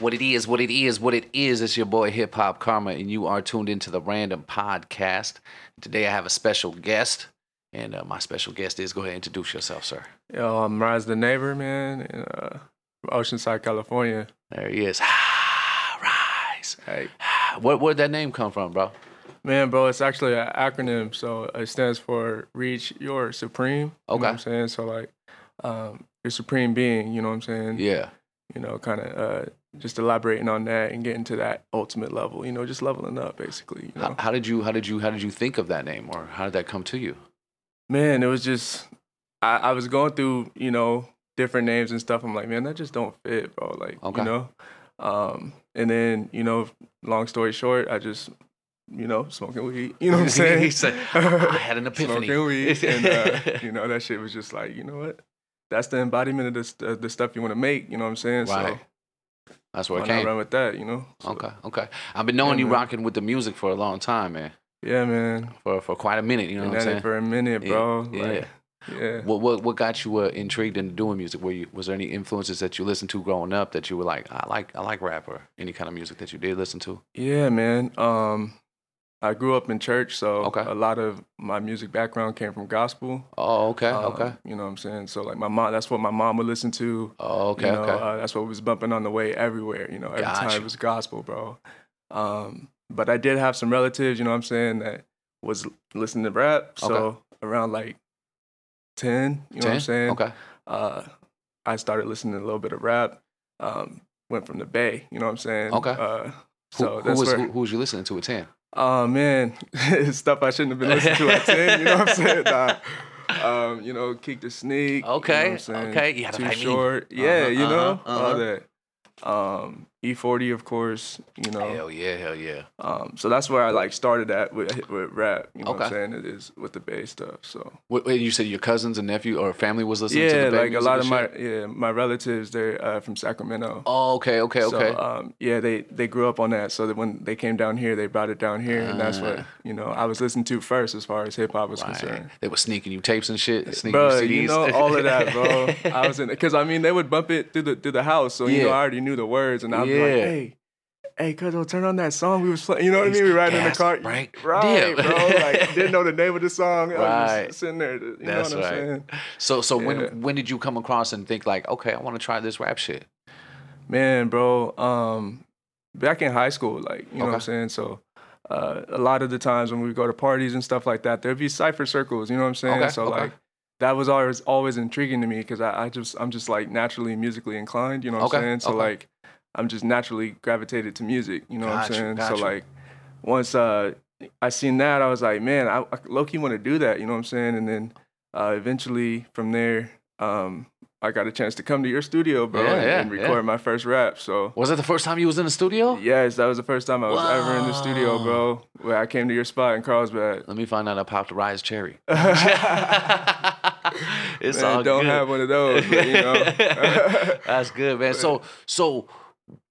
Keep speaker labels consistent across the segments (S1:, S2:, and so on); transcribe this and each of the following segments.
S1: What it is, what it is, what it is. It's your boy Hip Hop Karma, and you are tuned into the Random Podcast. Today I have a special guest, and uh, my special guest is go ahead and introduce yourself, sir.
S2: Yo, I'm Rise the Neighbor, man, in uh, Oceanside, California.
S1: There he is. Rise.
S2: Hey,
S1: Where where'd that name come from, bro?
S2: man, bro, it's actually an acronym, so it stands for Reach Your Supreme. You know
S1: Okay.
S2: what I'm saying? So, like, um, your supreme being, you know what I'm saying?
S1: Yeah.
S2: You know, kind of uh, just elaborating on that and getting to that ultimate level, you know, just leveling up, basically, you know?
S1: How, how did you how did you how did you think of that name, or how did that come to you?
S2: man, it was just I, I was going through, you know, different names and stuff. I'm like, man, that just don't fit, bro. Like,
S1: Okay.
S2: you know. Um, and then, you know, long story short, I just, you know, smoking weed. You know what I'm saying?
S1: He said, "I- I had an epiphany."
S2: Smoking weed, and uh, you know that shit was just like, you know what? That's the embodiment of the st- uh, the stuff you want to make. You know what I'm saying?
S1: Right. That's
S2: So
S1: where it
S2: why not
S1: came.
S2: run with that? You know? So,
S1: Okay, okay. I've been knowing
S2: Yeah,
S1: you
S2: man.
S1: rocking with the music for a long time, man.
S2: Yeah, man.
S1: For for quite a minute, you know
S2: Been
S1: what I'm
S2: at
S1: saying?
S2: it for a minute,
S1: Yeah,
S2: bro.
S1: yeah.
S2: Like, yeah.
S1: What what what got you uh, intrigued into doing music? Were you was there any influences that you listened to growing up that you were like, I like I like rap or any kind of music that you did listen to?
S2: Yeah, man. Um, I grew up in church, so
S1: Okay.
S2: a lot of my music background came from gospel.
S1: Oh, okay,
S2: Um,
S1: okay,
S2: You know what I'm saying? So like my mom, that's what my mom would listen to.
S1: oh, okay,
S2: you know,
S1: okay.
S2: Uh, that's what was bumping on the way everywhere. You know, every
S1: Gotcha.
S2: time it was gospel, bro. Um, but I did have some relatives, you know what I'm saying, that was listening to rap. So
S1: Okay.
S2: around like ten, you know what I'm
S1: 10?
S2: saying?
S1: Okay,
S2: uh, I started listening to a little bit of rap. Um, went from the Bay, you know what I'm saying?
S1: Okay.
S2: Uh,
S1: who,
S2: so
S1: who
S2: that's
S1: was
S2: where.
S1: who, who was you listening to at ten?
S2: Oh man, stuff I shouldn't have been listening to at ten. You know what I'm saying? Nah. Um, you know, kick the sneak.
S1: Okay,
S2: you know what I'm saying?
S1: okay, yeah, that's
S2: too
S1: what I mean.
S2: short. Yeah,
S1: Uh-huh,
S2: you know
S1: uh-huh, uh-huh.
S2: all that. Um, E40, of course. You know,
S1: Hell yeah, hell yeah.
S2: um, so that's where I like started at with with rap. You know what I'm
S1: Okay.
S2: saying? It is with the bass stuff. So
S1: What, wait, you said your cousins and nephew or family was listening to
S2: yeah,
S1: the Bay
S2: like a
S1: music and
S2: lot of
S1: shit?
S2: my yeah my relatives they're uh, from Sacramento.
S1: Oh, okay, okay, okay.
S2: So, um, yeah, they, they grew up on that. So that when they came down here, they brought it down here, and that's what you know I was listening to first as far as hip hop was
S1: Ah. Right.
S2: concerned.
S1: They were sneaking you tapes and shit, sneaking
S2: Bro,
S1: you CDs.
S2: you know all of that, bro. I was in because I mean they would bump it through the through the house, so you know
S1: Yeah.
S2: I already knew the words, and I'd be like,
S1: Yeah.
S2: hey. Hey, cuz, turn on that song we was playing. You know what I mean? We riding in the
S1: Gas,
S2: car,
S1: brake,
S2: right,
S1: dip.
S2: bro? Like didn't know the name of the song. I was
S1: Right.
S2: just sitting there, you
S1: That's
S2: know what I'm
S1: right.
S2: saying?
S1: So, so
S2: Yeah.
S1: when when did you come across and think like, okay, I want to try this rap shit?
S2: Man, bro, um, back in high school, like, you know what I'm
S1: Okay.
S2: saying? So, uh, a lot of the times when we go to parties and stuff like that, there'd be cipher circles, you know what I'm saying?
S1: Okay,
S2: So,
S1: okay.
S2: like, that was always always intriguing to me because I, I just I'm just like naturally musically inclined, you know what I'm
S1: Okay,
S2: saying? So
S1: okay.
S2: like I'm just naturally gravitated to music, you know
S1: Gotcha,
S2: what I'm saying?
S1: gotcha.
S2: So like once uh I seen that, I was like, man, I, I low key want to do that, you know what I'm saying? And then uh, eventually from there, um, I got a chance to come to your studio, bro,
S1: Yeah,
S2: and,
S1: yeah,
S2: and
S1: yeah.
S2: record my first rap. So
S1: Was that the first time you was in the studio?
S2: yes, that was the first time I was ever in the studio,
S1: Wow.
S2: bro. Where I came to your spot in Carlsbad.
S1: Let me find out. I popped a rise cherry. it's
S2: Man,
S1: all
S2: don't
S1: good.
S2: have one of those, but, you know.
S1: That's good, man. So, so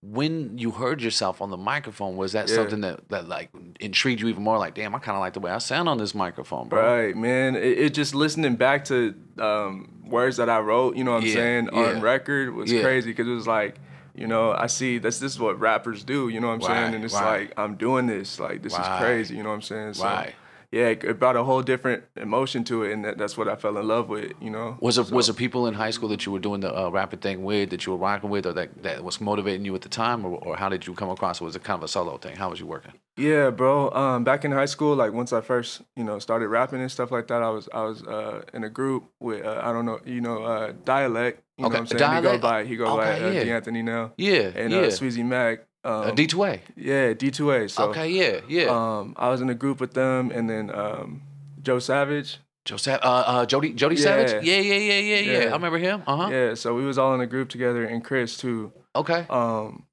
S1: when you heard yourself on the microphone, was that
S2: Yeah.
S1: something that that like intrigued you even more? Like, damn, I kind of like the way I sound on this microphone, bro.
S2: Right, man. It, it just listening back to um, words that I wrote, you know what I'm
S1: Yeah,
S2: saying,
S1: yeah.
S2: on record was
S1: Yeah.
S2: crazy because it was like, you know, I see that's this is what rappers do, you know what I'm
S1: Right,
S2: saying, and it's
S1: right.
S2: like I'm doing this, like this
S1: Right.
S2: is crazy, you know what I'm saying. So,
S1: Right.
S2: Yeah, it, it brought a whole different emotion to it, and that, that's what I fell in love with, you know.
S1: Was it was it people in high school that you were doing the uh, rapping thing with that you were rocking with, or that, that was motivating you at the time, or, or how did you come across? it? Was it kind of a solo thing? How was you working?
S2: Yeah, bro. Um, back in high school, like once I first, you know, started rapping and stuff like that, I was I was uh, in a group with uh, I don't know, you know, uh, dialect. You
S1: Okay,
S2: know what I'm saying? He
S1: Dialect.
S2: go by he go by
S1: Okay,
S2: uh,
S1: yeah.
S2: D'Anthony now.
S1: Yeah,
S2: and
S1: yeah.
S2: uh, Sweezy Mac. Um,
S1: Uh, D2A.
S2: yeah, D2A. So
S1: okay, yeah, yeah.
S2: um, I was in a group with them, and then um, Joe Savage.
S1: Joe Sav- uh, uh, Jody, Jody
S2: Yeah.
S1: Savage. Yeah, yeah, yeah, yeah, yeah,
S2: Yeah.
S1: I remember him. Uh huh.
S2: Yeah, so we was all in a group together, and Chris too.
S1: Okay.
S2: Um,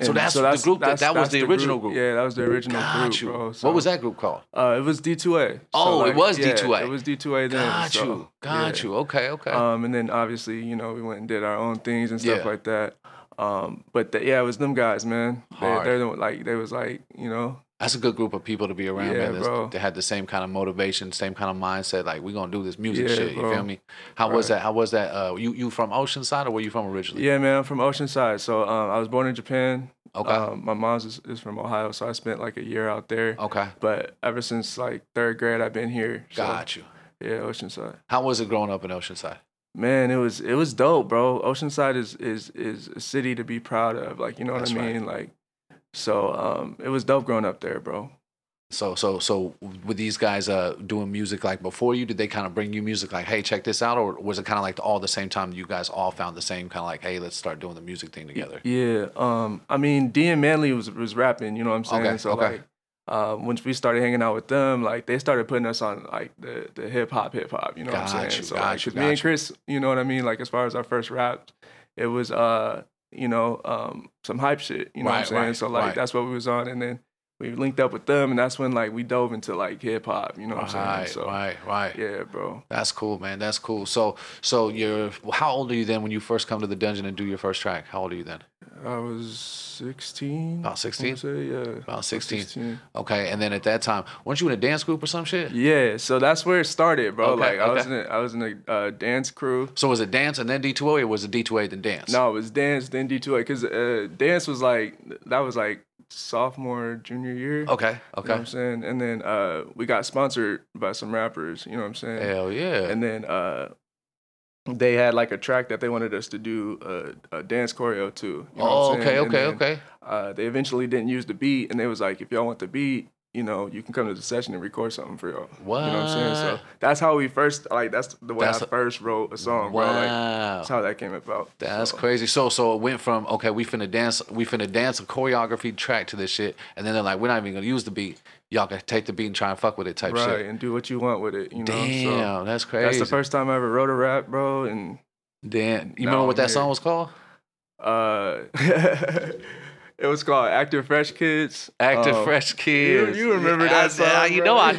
S1: So
S2: and
S1: that's the group that- that was the original group.
S2: Yeah, that was the original
S1: Got
S2: group,
S1: you.
S2: bro.
S1: What was that group called?
S2: Uh, it was D2A. So,
S1: Oh, it was
S2: yeah,
S1: D2A.
S2: It was D2A then.
S1: Got
S2: so,
S1: you. Got
S2: yeah.
S1: you. Okay. Okay.
S2: Um, and then obviously, you know, we went and did our own things and stuff
S1: Yeah.
S2: like that. Um, but the, yeah, it was them guys, man. They,
S1: Hard.
S2: they're the, like they was like, you know,
S1: That's a good group of people to be around,
S2: Yeah,
S1: man.
S2: bro.
S1: That's, that had the same kind of motivation, same kind of mindset. Like we're gonna do this music
S2: Yeah,
S1: shit. You
S2: bro.
S1: feel me? How was
S2: Right.
S1: that? How was that? Uh, you you from Oceanside or where you from originally?
S2: Yeah, man, I'm from Oceanside. So um, I was born in Japan.
S1: Okay.
S2: Um, my mom's is, is from Ohio, so I spent like a year out there.
S1: okay.
S2: But ever since like third grade, I've been here. So,
S1: Got you.
S2: Yeah, Oceanside.
S1: How was it growing up in Oceanside?
S2: Man, it was it was dope, bro. Oceanside is is is a city to be proud of. Like you know what
S1: That's
S2: I
S1: right.
S2: mean? Like, so um, it was dope growing up there, bro.
S1: So so so with these guys uh doing music like before you, did they kind of bring you music like, hey, check this out, or was it kind of like all the same time you guys all found the same kind of like, hey, let's start doing the music thing together?
S2: Yeah. Um, I mean, DM Manley was was rapping. You know what I'm saying?
S1: Okay,
S2: So
S1: okay.
S2: like, uh, once we started hanging out with them, like they started putting us on like the the hip hop, hip hop. You know what I'm
S1: Got
S2: saying?
S1: you,
S2: so
S1: got
S2: like,
S1: you,
S2: 'cause
S1: got
S2: me
S1: you.
S2: and Chris, you know what I mean? Like as far as our first rap, it was uh, you know, um, some hype shit. You know what I'm
S1: Right,
S2: saying?
S1: right,
S2: so like
S1: right.
S2: that's what we was on, and then we linked up with them, and that's when like we dove into like hip hop. You know what I'm
S1: right,
S2: saying? So
S1: right, right.
S2: yeah, bro.
S1: That's cool, man. That's cool. So, so you're how old are you then when you first come to the dungeon and do your first track? How old are you then?
S2: I was 16.
S1: About
S2: I
S1: 16.
S2: wanna say, yeah. about
S1: 16.
S2: 16.
S1: Okay, and then at that time, weren't you in a dance group or some shit?
S2: Yeah, so that's where it started, bro.
S1: Okay,
S2: like I was in
S1: okay.
S2: a, I was in a uh, dance crew.
S1: So was it dance and then D2A, or was it D2A then dance?
S2: No, it was dance then D two A because uh, dance was like that was like sophomore junior year.
S1: Okay.
S2: You know what
S1: Okay.
S2: I'm saying, and then uh, we got sponsored by some rappers. You know what I'm saying,
S1: Hell yeah.
S2: and then uh, they had like a track that they wanted us to do uh, a dance choreo to. You know
S1: oh,
S2: what I'm
S1: okay.
S2: saying? And
S1: Okay.
S2: then,
S1: Okay.
S2: Uh, they eventually didn't use the beat, and they was like, if y'all want the beat, you know, you can come to the session and record something for y'all.
S1: What?
S2: You know what I'm saying? So that's how we first like that's the way
S1: That's-
S2: I first wrote a song, bro. Like
S1: wow.
S2: that's how that came about.
S1: That's
S2: So,
S1: crazy. So so it went from okay, we finna dance, we finna dance a choreography track to this shit, and then they're like, we're not even gonna use the beat. Y'all can take the beat and try and fuck with it type
S2: right,
S1: shit.
S2: and do what you want with it, you know.
S1: Damn,
S2: So
S1: that's crazy.
S2: that's the first time I ever wrote a rap, bro, and
S1: Damn, you
S2: Now
S1: remember what
S2: I'm
S1: that
S2: here.
S1: song was called?
S2: uh it was called Active Fresh Kids.
S1: Active
S2: Um,
S1: Fresh Kids.
S2: you remember
S1: Yeah,
S2: that
S1: I said, "Ah,
S2: song,
S1: You
S2: bro.
S1: know I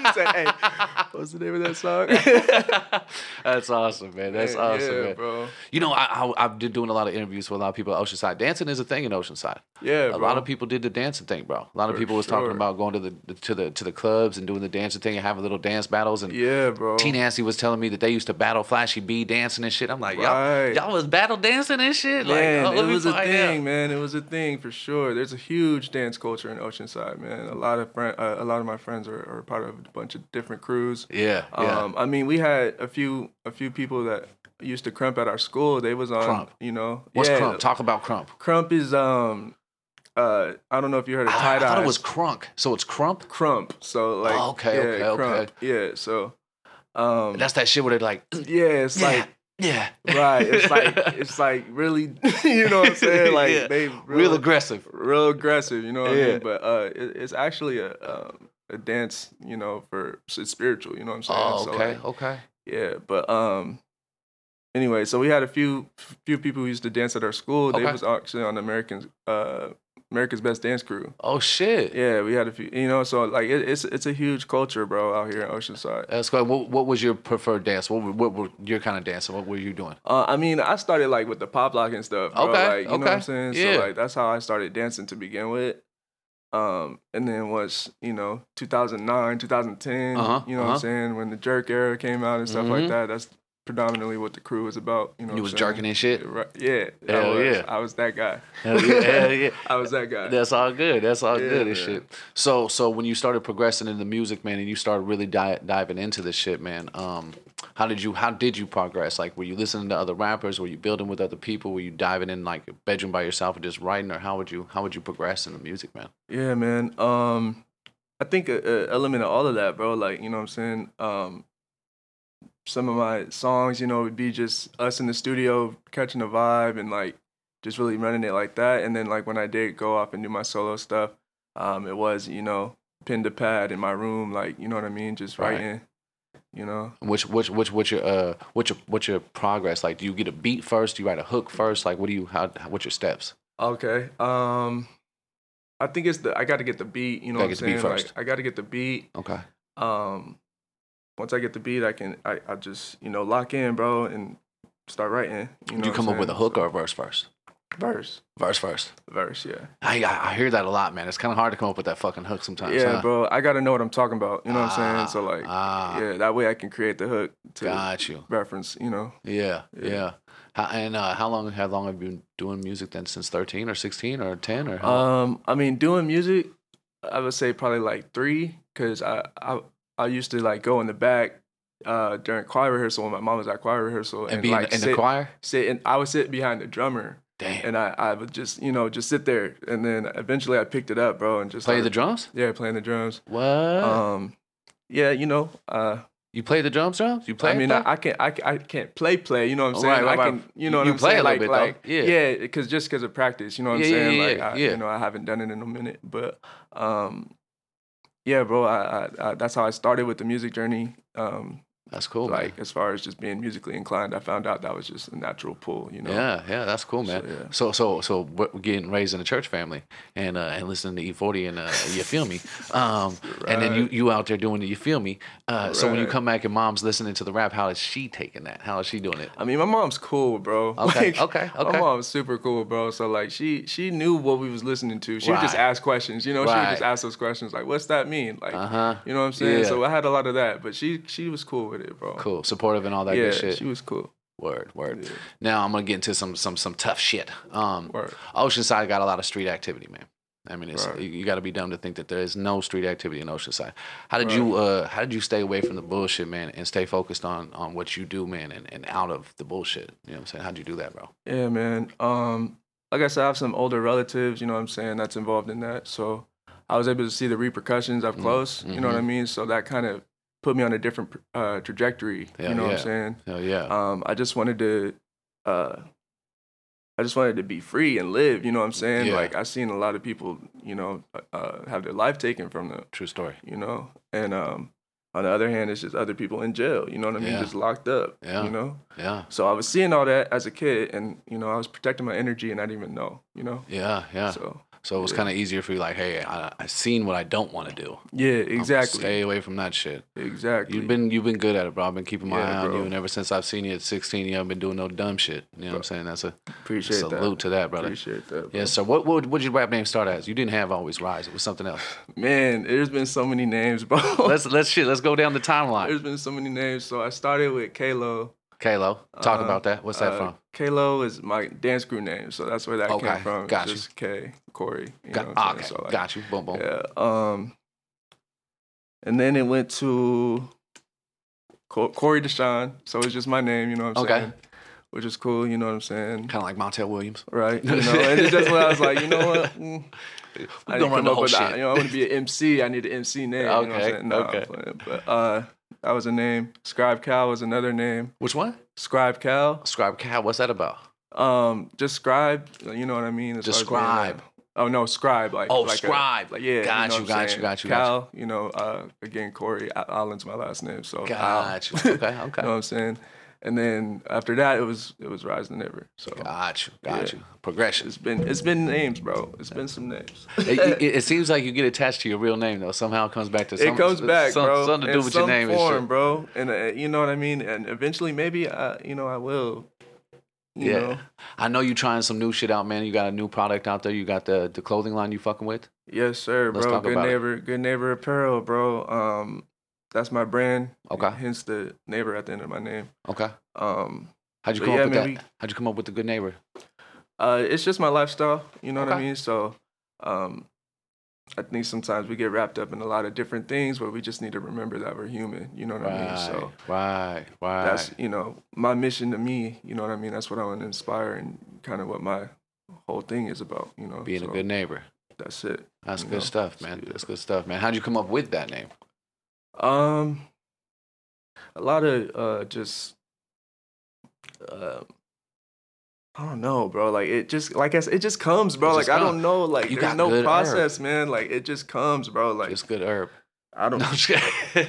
S2: You said, "Hey,
S1: do.
S2: What's the name of that song?
S1: That's awesome, man. That's awesome,
S2: yeah,
S1: man.
S2: bro.
S1: You know, I, I I've been doing a lot of interviews with a lot of people at Oceanside. Dancing is a thing in Oceanside.
S2: Yeah,
S1: a
S2: bro.
S1: lot of people did the dancing thing, bro. A lot of
S2: For
S1: people was talking
S2: sure.
S1: about going to the to the to the clubs and doing the dancing thing and having little dance battles. And
S2: Yeah, bro.
S1: T Nancy was telling me that they used to battle Flashy B dancing and shit. I'm like, y'all,
S2: Right.
S1: y'all was battle dancing and shit.
S2: Man,
S1: like, oh, let
S2: it
S1: me
S2: was a
S1: find
S2: thing,
S1: out.
S2: man. It was a thing for sure. There's a huge dance culture in Oceanside, man. A lot of friend, uh, a lot of my friends are, are part of a bunch of different crews.
S1: Yeah, yeah.
S2: Um, I mean, we had a few a few people that used to crump at our school. They was on,
S1: Crump.
S2: you know,
S1: What's
S2: yeah,
S1: crump? Talk about crump.
S2: Crump is um, uh, I don't know if you heard of
S1: I,
S2: tie
S1: I
S2: dye.
S1: thought it was crunk. So it's crump.
S2: crump. So like,
S1: Oh, okay,
S2: yeah,
S1: okay, okay.
S2: crump. Yeah, so, um,
S1: That's that shit where they're like,
S2: yeah, it's
S1: yeah,
S2: like.
S1: yeah,
S2: Right, it's like it's like really, you know what I'm saying? Like
S1: Yeah.
S2: they
S1: real
S2: really-
S1: aggressive.
S2: real aggressive, you know what I
S1: Yeah.
S2: mean? But uh, it, it's actually a um, a dance, you know, for it's spiritual, you know what I'm saying?
S1: Oh,
S2: So,
S1: okay,
S2: like,
S1: okay.
S2: yeah, but um, anyway, so we had a few few people who used to dance at our school. They
S1: Okay.
S2: was actually on Americans uh America's Best Dance Crew.
S1: Oh shit.
S2: Yeah, we had a few, you know. So like, it, it's it's a huge culture, bro, out here in Oceanside.
S1: That's cool. What, what was your preferred dance? What, were- what were your kind of dancing? What were you doing?
S2: Uh, I mean, I started like with the pop lock and stuff. Bro.
S1: Okay,
S2: Like, you know what
S1: okay,
S2: I'm saying?
S1: yeah.
S2: So like that's how I started dancing to begin with. Um, and then once, you know, 2009, 2010,
S1: Uh-huh,
S2: you know what
S1: uh-huh.
S2: I'm saying? When the jerk era came out and stuff
S1: Mhm.
S2: like that, that's predominantly what the crew was about. You know,
S1: You was jerking and shit.
S2: it. Right. Yeah. I
S1: Hell
S2: was.
S1: yeah.
S2: I was that guy.
S1: Hell yeah, hell yeah.
S2: I was that guy.
S1: That's all good. That's all
S2: Yeah,
S1: good and
S2: man.
S1: shit. So so when you started progressing in the music, man, and you started really di- diving into this shit, man. Um, how did you how did you progress? Like, were you listening to other rappers? Were you building with other people? Were you diving in like a bedroom by yourself and just writing, or how would you how would you progress in the music, man?
S2: Yeah, man. Um, I think a, a element of all of that, bro. Like, you know what I'm saying? Um, some of my songs, you know, would be just us in the studio catching a vibe and like just really running it like that. And then like when I did go off and do my solo stuff, um, it was you know pin to pad in my room, like you know what I mean, just
S1: Right.
S2: writing. You know,
S1: Which which which what's your uh what's your what's your progress like? Do you get a beat first? Do you write a hook first? Like, what do you how what's your steps?
S2: Okay. Um, I think it's the I got to get the beat. You know
S1: Gotta
S2: what I'm
S1: get the beat
S2: saying?
S1: first.
S2: Like I got to get the beat.
S1: Okay,
S2: um once I get the beat, I can I, I just you know lock in, bro, and start writing. You know,
S1: do you
S2: what
S1: come
S2: I'm
S1: up with a
S2: saying?
S1: hook or a verse first?
S2: Verse.
S1: Verse first.
S2: Verse, yeah.
S1: I I I hear that a lot, man. It's kind of hard to come up with that fucking hook sometimes.
S2: yeah,
S1: huh?
S2: bro. I gotta know what I'm talking about. You know what I'm saying? So like
S1: Ah,
S2: yeah, that way I can create the hook to
S1: got you.
S2: reference, you know.
S1: Yeah,
S2: Yeah.
S1: yeah. How, and uh, how long? How long have you been doing music then? Since thirteen or sixteen or ten or? How
S2: Um, I mean, doing music, I would say probably like three, cause I I, I used to like go in the back uh, during choir rehearsal when my mom was at choir rehearsal
S1: and being
S2: like
S1: in
S2: sit,
S1: the choir.
S2: sit and I would sit behind the drummer
S1: Damn.
S2: and I, I would just you know just sit there and then eventually I picked it up, bro, and just
S1: Play the
S2: started-
S1: drums.
S2: yeah playing the drums.
S1: What?
S2: Um, yeah, you know, uh,
S1: you play the drums, drums? You play?
S2: I mean,
S1: play?
S2: I, I can't, I, ca- I can't play, play. You know what I'm
S1: Oh,
S2: saying?
S1: right, right,
S2: I
S1: right.
S2: can, you know
S1: You-
S2: what
S1: you
S2: I'm
S1: play a
S2: saying?
S1: little
S2: like,
S1: bit,
S2: like,
S1: though.
S2: yeah, because just because of practice, you know what
S1: Yeah,
S2: I'm
S1: yeah,
S2: saying?
S1: yeah,
S2: like,
S1: yeah,
S2: I,
S1: yeah.
S2: you know, I haven't done it in a minute, but, um, yeah, bro, I, I, I that's how I started with the music journey. Um,
S1: that's cool, Oh, man.
S2: like as far as just being musically inclined, I found out that was just a natural pull. You know?
S1: Yeah, yeah, that's cool, man.
S2: So, yeah.
S1: So, so, so, we're getting raised in a church family and uh, and listening to E40 and uh, you feel me, um, and then you
S2: Right.
S1: you out there doing it, you feel me. Uh, So when you
S2: Right.
S1: come back and mom's listening to the rap, how is she taking that? How is she doing it?
S2: I mean, my mom's cool, bro.
S1: Okay,
S2: Like,
S1: okay,
S2: My
S1: okay.
S2: mom's super cool, bro. So like, she she knew what we was listening to. She would just
S1: Right.
S2: ask questions. You know, she would just
S1: Right.
S2: ask us questions like, "What's that mean?" Like,
S1: Uh huh.
S2: You know what I'm saying?
S1: Yeah.
S2: So I had a lot of that, but she she was cool with it, bro.
S1: Cool, supportive and all that
S2: yeah,
S1: good shit.
S2: she was cool.
S1: Word, word.
S2: Yeah.
S1: Now I'm gonna get into some some some tough shit. Um,
S2: Word.
S1: Oceanside got a lot of street activity, man. I mean, it's,
S2: Right.
S1: you, got to be dumb to think that there is no street activity in Oceanside. How did you uh, how did you stay away from the bullshit, man, and stay focused on on what you do, man, and, and out of the bullshit? You know what I'm saying? How'd you do that, bro?
S2: Yeah, man. Um, like I said, I have some older relatives. You know what I'm saying? That's involved in that. So I was able to see the repercussions
S1: Mm,
S2: up close. You know what I
S1: mm-hmm.
S2: mean? So that kind of put me on a different uh, trajectory.
S1: Yeah,
S2: you know what
S1: yeah.
S2: I'm saying?
S1: Hell yeah,
S2: Um, I just wanted to. Uh, I just wanted to be free and live, you know what I'm saying?
S1: Yeah.
S2: Like I've seen a lot of people, you know, uh, have their life taken from them.
S1: true story.
S2: you know. And um, on the other hand, it's just other people in jail, you know what I mean?
S1: Yeah.
S2: Just locked up,
S1: Yeah.
S2: you know.
S1: Yeah,
S2: So I was seeing all that as a kid, and you know, I was protecting my energy, and I didn't even know, you know.
S1: yeah, yeah. So,
S2: So
S1: it was
S2: yeah.
S1: kind of easier for you, like, hey, I I seen what I don't want to do.
S2: yeah,
S1: I'm gonna
S2: exactly,
S1: Stay away from that shit.
S2: exactly.
S1: You've been you've been good at it, bro. I've been keeping my
S2: Yeah,
S1: eye on
S2: bro.
S1: you, and ever since I've seen you at 16, you haven't been doing no dumb shit. You know what I'm saying? That's a
S2: appreciate
S1: salute
S2: that.
S1: to that, brother.
S2: Appreciate that. bro.
S1: Yes, sir. What what would your rap name start as? You didn't have always rise. It was something else.
S2: man. There's been so many names, bro.
S1: Let's let's shit. Let's go down the timeline.
S2: there's been so many names. So I started with Kalo.
S1: Kalo, talk
S2: Uh,
S1: about that. What's that
S2: Uh,
S1: from?
S2: Kalo is my dance crew name, so that's where that
S1: Okay,
S2: came from. It's
S1: got you.
S2: Just K Corey. You know
S1: Got,
S2: what I'm
S1: okay,
S2: saying? So, like,
S1: got you. Boom boom.
S2: Yeah. Um, and then it went to Co- Corey Deshawn. So it's just my name, you know what I'm
S1: Okay.
S2: saying? Which is cool, you know what I'm saying?
S1: Kind of like Montel Williams.
S2: Right. You know, and it's just when I was like, you know what? Mm,
S1: We're
S2: I didn't
S1: gonna run
S2: come
S1: the
S2: up
S1: whole
S2: with
S1: shit.
S2: that. You know, I want to be an MC. I need an MC name. you know what I'm
S1: Okay,
S2: saying? Nah, I'm
S1: okay.
S2: playing. But uh, that was a name. Scribe Cal was another name.
S1: Which one?
S2: Scribe Cal.
S1: Scribe Cal. What's that about?
S2: Um, just scribe. You know what I mean? as far as being,
S1: Describe.
S2: uh, Oh no, scribe like
S1: Oh,
S2: like a-
S1: scribe.
S2: like yeah,
S1: Got
S2: know
S1: you,
S2: what
S1: got
S2: I'm
S1: you,
S2: saying?
S1: got you, got
S2: Cal, you know, uh, again Corey Al- Allen's my last name, so Al,
S1: Got you. Okay, okay.
S2: you know what I'm saying. And then after that, it was it was Rise to Never. So
S1: Got you. Got
S2: Yeah.
S1: you. Progression.
S2: it's been it's been names, bro. It's been some names.
S1: It, it, it seems like you get attached to your real name though. Somehow it comes back to.
S2: It
S1: Some,
S2: comes back,
S1: some-
S2: bro.
S1: Something to do
S2: in
S1: with
S2: some
S1: your name and shit.
S2: form, bro. And uh, you know what I mean. And eventually, maybe, uh, you know, I will. You
S1: yeah.
S2: Know?
S1: I know you trying some new shit out, man. You got a new product out there. You got the the clothing line you fucking with.
S2: Yes, sir,
S1: Let's
S2: bro.
S1: talk
S2: Good
S1: about it.
S2: neighbor, good neighbor apparel, bro. Um, that's my brand.
S1: Okay.
S2: Hence the neighbor at the end of my name.
S1: Okay.
S2: Um,
S1: How'd you
S2: But
S1: come
S2: yeah,
S1: up with
S2: man, we-
S1: that? How'd you come up with the good neighbor?
S2: uh, it's just my lifestyle. You know what I
S1: Okay.
S2: mean? So, um, I think sometimes we get wrapped up in a lot of different things, but we just need to remember that we're human. You know what I mean? So
S1: right, right.
S2: that's you know my mission to me. You know what I mean? That's what I want to inspire and kind of what my whole thing is about. You know,
S1: Being
S2: So
S1: a good neighbor.
S2: That's it.
S1: That's
S2: you
S1: good
S2: know,
S1: stuff,
S2: so
S1: man.
S2: yeah.
S1: That's good stuff, man. How'd you come up with that name?
S2: Um, a lot of uh, just uh, I don't know, bro. Like it just like I said, it just comes, bro.
S1: It
S2: like
S1: just
S2: I
S1: come.
S2: don't know, like
S1: You
S2: there's
S1: got
S2: no
S1: good
S2: process, man. Like it just comes, bro. Like
S1: It's good herb.
S2: I don't.
S1: No, I'm just kidding.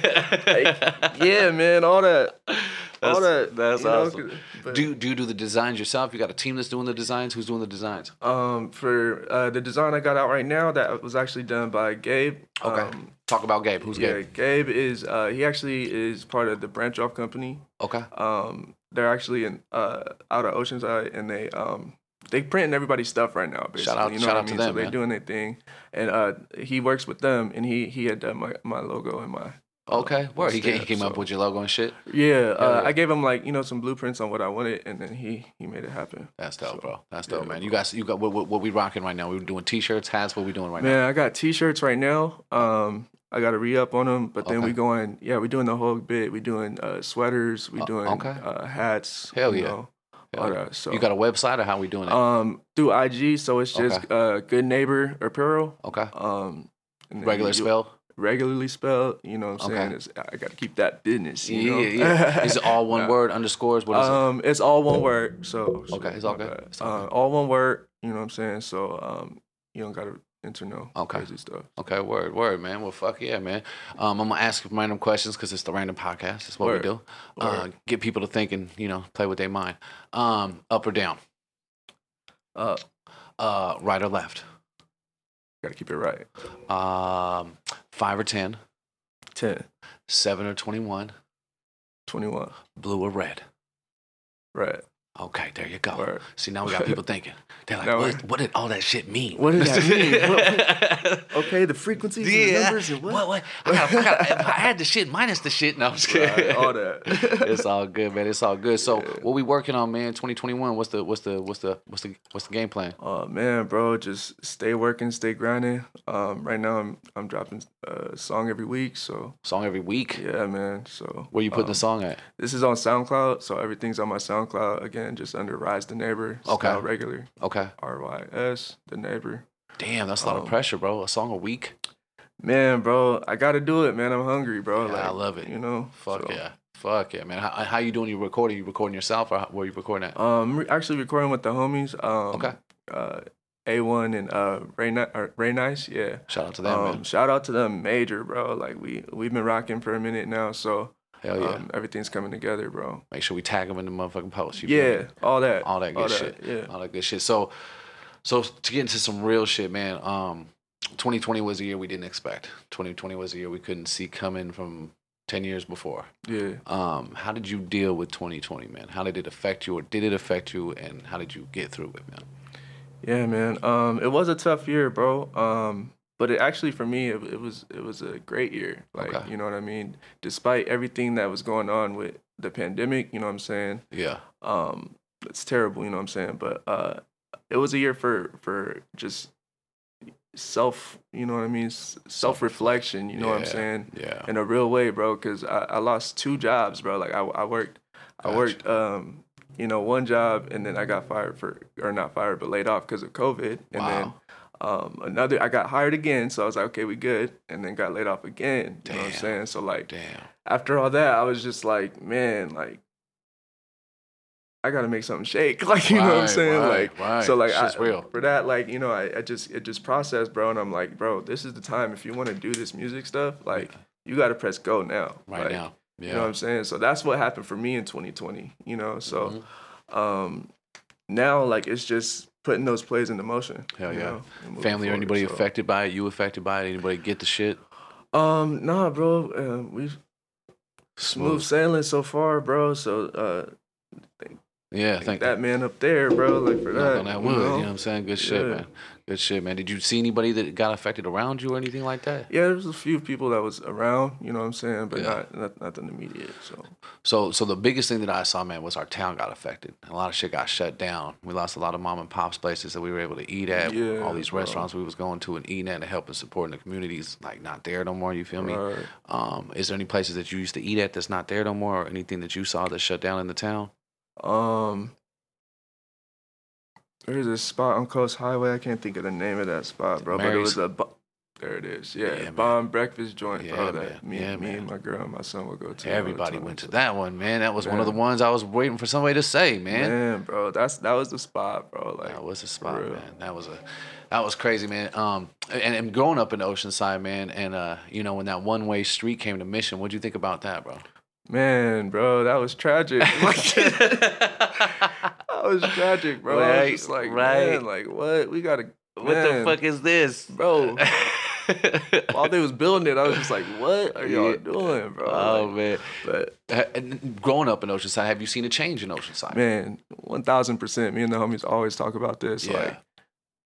S2: yeah, man. All that.
S1: That's-
S2: all that.
S1: that's
S2: you know,
S1: awesome.
S2: 'cause- but,
S1: Do you, do you do the designs yourself? You got a team that's doing the designs. Who's doing the designs?
S2: um for uh, the design I got out right now that was actually done by Gabe.
S1: Okay.
S2: Um,
S1: Talk about Gabe. Who's
S2: yeah,
S1: Gabe?
S2: Gabe is uh, he actually is part of the branch off company.
S1: Okay.
S2: uh, um they're actually in uh out of oceanside and they um they printing everybody's stuff right now. Basically,
S1: Shout out-
S2: you know
S1: shout
S2: what
S1: out
S2: I
S1: to
S2: mean?
S1: them,
S2: so they're
S1: man.
S2: doing their thing, and uh, he works with them, and he he had done my, my logo and my
S1: Okay, word. He, ca- he
S2: Yeah,
S1: came up
S2: so-
S1: with your logo and shit.
S2: yeah.
S1: Hell
S2: uh,
S1: yeah.
S2: I gave him like you know some blueprints on what I wanted, and then he he made it happen.
S1: That's dope,
S2: So,
S1: bro. That's dope,
S2: yeah,
S1: man. You guys, you got what, what, what we rocking right now? We doing t-shirts, hats. What we doing right now?
S2: Man, I got T-shirts right now. Um, I got to re up on them, but then
S1: Okay.
S2: we going. Yeah, we doing the whole bit. We doing uh, sweaters. We
S1: Uh,
S2: doing
S1: okay.
S2: uh, hats.
S1: Hell
S2: you
S1: yeah.
S2: know,
S1: Hell
S2: all
S1: yeah.
S2: that. So
S1: You got a website or how we doing it?
S2: um through IG, so it's just uh, Good Neighbor Apparel.
S1: okay,
S2: Um, and then
S1: regular
S2: you-
S1: spell.
S2: Regularly spelled. You know what I'm
S1: Okay.
S2: saying? It's, I got to keep that business. You know? Uh,
S1: Yeah, yeah. Is it all one
S2: Nah.
S1: word underscores? What is
S2: um, it's all one word. So
S1: Okay, it's
S2: my
S1: all good.
S2: bad.
S1: It's all
S2: Uh, all one word. You know what I'm saying? So um, you don't gotta enter no
S1: Okay.
S2: crazy stuff.
S1: it? Okay, word, word, man. Well, fuck yeah, man. Um, I'm gonna ask you random questions because it's the random podcast. That's what
S2: Word.
S1: we do. Uh,
S2: Word.
S1: get people to think and you know play with their mind. Um, up or down?
S2: Uh,
S1: Uh, right or left?
S2: gotta keep it right.
S1: Um, five or ten?
S2: 10,
S1: Seven or twenty-one?
S2: 21.
S1: Blue or red?
S2: Right.
S1: Okay, there you go.
S2: Word.
S1: See, now we got people thinking. They're like,
S2: Now
S1: what,
S2: we're-
S1: what did all that shit mean?
S2: What did that mean?
S1: okay.
S2: Okay, the frequencies
S1: Yeah.
S2: and numbers and what?
S1: What, what? I, gotta, I, gotta, I had the shit minus the shit. No, I'm just kidding.
S2: Right, all that.
S1: it's all good, man. It's all good. So,
S2: Yeah.
S1: what we working on, man? 2021. What's the what's the what's the what's the what's the game plan?
S2: Oh man, bro, just stay working, stay grinding. Um, right now I'm I'm dropping a song every week, so
S1: Song every week.
S2: yeah, man. So
S1: Where you putting
S2: um,
S1: the song at?
S2: This is on SoundCloud, so everything's on my SoundCloud again, just under Rise the Neighbor.
S1: Okay.
S2: Style regular
S1: Okay.
S2: R Y S the Neighbor.
S1: Damn, that's a lot of
S2: um,
S1: pressure, bro. A song a week.
S2: Man, bro, I gotta do it, man. I'm hungry, bro.
S1: Yeah, I love it.
S2: You know,
S1: Fuck
S2: so,
S1: yeah. Fuck yeah, man. How, how you doing? You recording? You recording yourself or how, where you recording at?
S2: Um, re- actually recording with the homies. Um,
S1: Okay.
S2: Uh, A1 and uh Ray, Ni- or Ray Nice, yeah.
S1: Shout out to them,
S2: um,
S1: man.
S2: shout out to them, major, bro. Like we we've been rocking for a minute now, so
S1: Hell Oh, yeah.
S2: um, everything's coming together, bro.
S1: Make sure we tag them in the motherfucking post. you feel me?
S2: yeah, all that,
S1: all that good shit.
S2: Yeah,
S1: all that good shit. So, so to get into some real shit, man. Um, 2020 was a year we didn't expect. 2020 was a year we couldn't see coming from 10 years before.
S2: yeah.
S1: Um, how did you deal with 2020, man? How did it affect you, or did it affect you, and how did you get through it, man?
S2: Yeah, man. Um, it was a tough year, bro. Um, but it actually for me, it, it was it was a great year. Like
S1: Okay.
S2: you know what I mean. Despite everything that was going on with the pandemic, you know what I'm saying.
S1: Yeah,
S2: Um, it's terrible, you know what I'm saying. But uh, it was a year for for just self, you know what I mean. Self reflection, you know what I'm
S1: Yeah.
S2: saying.
S1: yeah.
S2: In a real way, bro. Cause I, I lost two jobs, bro. Like I I worked I
S1: Gotcha.
S2: worked um you know one job and then I got fired for or not fired but laid off because of COVID and then
S1: Wow.
S2: um another I got hired again so I was like okay we good and then got laid off again you know what I'm
S1: Damn.
S2: saying so like
S1: Damn.
S2: after all that I was just like man like I gotta make something shake like you know what I'm
S1: Right,
S2: saying
S1: right,
S2: like
S1: right.
S2: so like
S1: Shit's
S2: I,
S1: real.
S2: for that like you know I, I just it just processed bro and I'm like bro this is the time if you want to do this music stuff like you gotta press go now
S1: Right
S2: Like,
S1: now. Yeah.
S2: you know what I'm saying? So that's what happened for me in 2020, you know? So
S1: Mm-hmm.
S2: um, now, like, it's just putting those plays into motion.
S1: Hell
S2: you
S1: yeah.
S2: know, and moving
S1: Family or
S2: forward,
S1: anybody
S2: so.
S1: affected by it? You affected by it? Anybody get the shit?
S2: Um, nah, bro. Uh, we've smooth sailing so far, bro. So uh,
S1: Yeah,
S2: thank
S1: thank
S2: that man up there, bro. Like, for
S1: Knock
S2: that.
S1: on that
S2: you
S1: wood. You know
S2: know?
S1: what I'm saying? Good shit,
S2: Yeah.
S1: man. Good shit, man. Did you see anybody that got affected around you or anything like that?
S2: Yeah, there's a few people that was around, you know what I'm saying, but
S1: Yeah.
S2: not, not nothing immediate. So
S1: So, so the biggest thing that I saw, man, was our town got affected. A lot of shit got shut down. We lost a lot of mom and pops places that we were able to eat at.
S2: Yeah,
S1: All these
S2: bro.
S1: restaurants we was going to and eating at and helping supporting the communities, like not there no more. You feel me?
S2: Right.
S1: Um, is there any places that you used to eat at that's not there no more, or anything that you saw that shut down in the town?
S2: Um, there's a spot on Coast Highway. I can't think of the name of that spot, bro. But it
S1: Mary's?
S2: was a bu- there it is.
S1: Yeah,
S2: Yeah,
S1: man.
S2: bomb breakfast joint,
S1: Yeah,
S2: bro.
S1: man.
S2: That me,
S1: Yeah,
S2: me
S1: man.
S2: and my girl and my son will go to. all the
S1: Everybody
S2: time.
S1: went to that one, man. That was one of the
S2: Man.
S1: ones I was waiting for somebody to say,
S2: Man. bro, that's that was the spot, bro. Like,
S1: That was a spot,
S2: real.
S1: man. That was a that was crazy, man. Um, and, and growing up in Oceanside, man, and uh, you know, when that one way street came to Mission, what'd you think about that, bro?
S2: man, bro, that was tragic. Like, that was tragic, bro. I
S1: Right,
S2: was just like,
S1: right.
S2: man, like what? We gotta
S1: what the
S2: man,
S1: fuck is this,
S2: bro? While they was building it, I was just like, "What are y'all
S1: Yeah.
S2: doing, bro?"
S1: Oh
S2: Like,
S1: man!
S2: But
S1: Ha- and Growing up in Oceanside, have you seen a change in Oceanside?
S2: man, one thousand percent. Me and the homies always talk about this.
S1: Yeah.
S2: Like,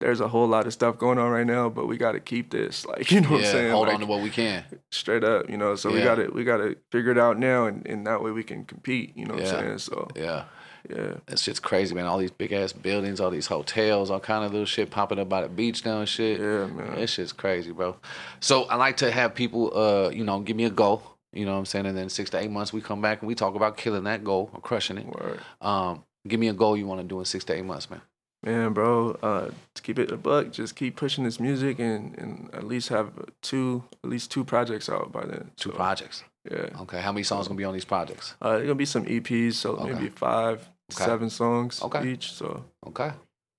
S2: there's a whole lot of stuff going on right now, but we got to keep this. Like, you know what I'm
S1: yeah,
S2: saying?
S1: hold
S2: Like,
S1: on to what we can.
S2: straight up, you know. So we
S1: Yeah.
S2: got to we got to figure it out now, and, and that way we can compete. You know what
S1: Yeah.
S2: I'm saying? So
S1: Yeah,
S2: yeah,
S1: that shit's crazy, man. All these big ass buildings, all these hotels, all kind of little shit popping up by the beach now and shit.
S2: yeah, man.
S1: This shit's crazy, bro. So I like to have people, uh, you know, give me a goal. You know what I'm saying? And then six to eight months, we come back and we talk about killing that goal or crushing it.
S2: Word.
S1: Um, give me a goal you want to do in six to eight months, man.
S2: Man, bro, uh, to keep it a buck, just keep pushing this music, and, and at least have two at least two projects out by then.
S1: Two
S2: So,
S1: projects.
S2: Yeah,
S1: Okay. How many songs gonna be on these projects?
S2: uh, it's gonna be some EPs, so
S1: Okay.
S2: maybe five,
S1: Okay.
S2: seven songs
S1: Okay.
S2: each. So
S1: Okay.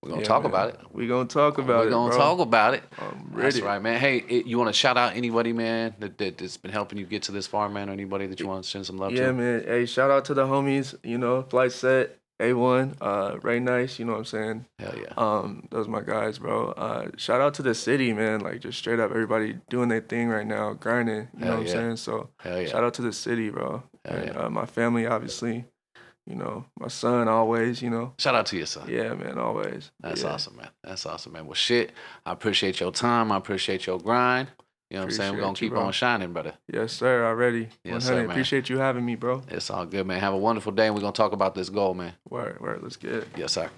S1: We're gonna
S2: yeah,
S1: talk
S2: man.
S1: about it.
S2: We gonna talk about
S1: We're
S2: it.
S1: gonna
S2: bro.
S1: talk about it.
S2: I'm
S1: That's
S2: ready.
S1: right, man. Hey, it, you want to shout out anybody, man, that, that, that's been helping you get to this far, man, or anybody that you want to send some love
S2: Yeah,
S1: to?
S2: man. Hey, shout out to the homies. You know, Flight Set, A1, uh, Ray Nice. You know what I'm saying?
S1: Hell yeah.
S2: Um, those my guys, bro. Uh, shout out to the city, man. Like just straight up, everybody doing their thing right now, grinding. You
S1: Hell
S2: know what
S1: yeah.
S2: I'm saying? So
S1: Hell yeah.
S2: shout out to the city, bro.
S1: Hell
S2: and
S1: yeah.
S2: uh, my family, obviously. You know, my son always. You know.
S1: Shout out to your son.
S2: Yeah, man. Always.
S1: Uh, That's
S2: yeah.
S1: awesome, man. That's awesome, man. Well, shit, I appreciate your time. I appreciate your grind. You know what I'm saying? We're going to
S2: Appreciate you,
S1: keep
S2: bro.
S1: on shining, brother.
S2: Yes, sir. Already.
S1: Yes,
S2: 100.
S1: sir, man.
S2: Appreciate you having me, bro.
S1: It's all good, man. Have a wonderful day, and we're going to talk about this goal, man.
S2: Word, word. Let's get it.
S1: Yes, sir.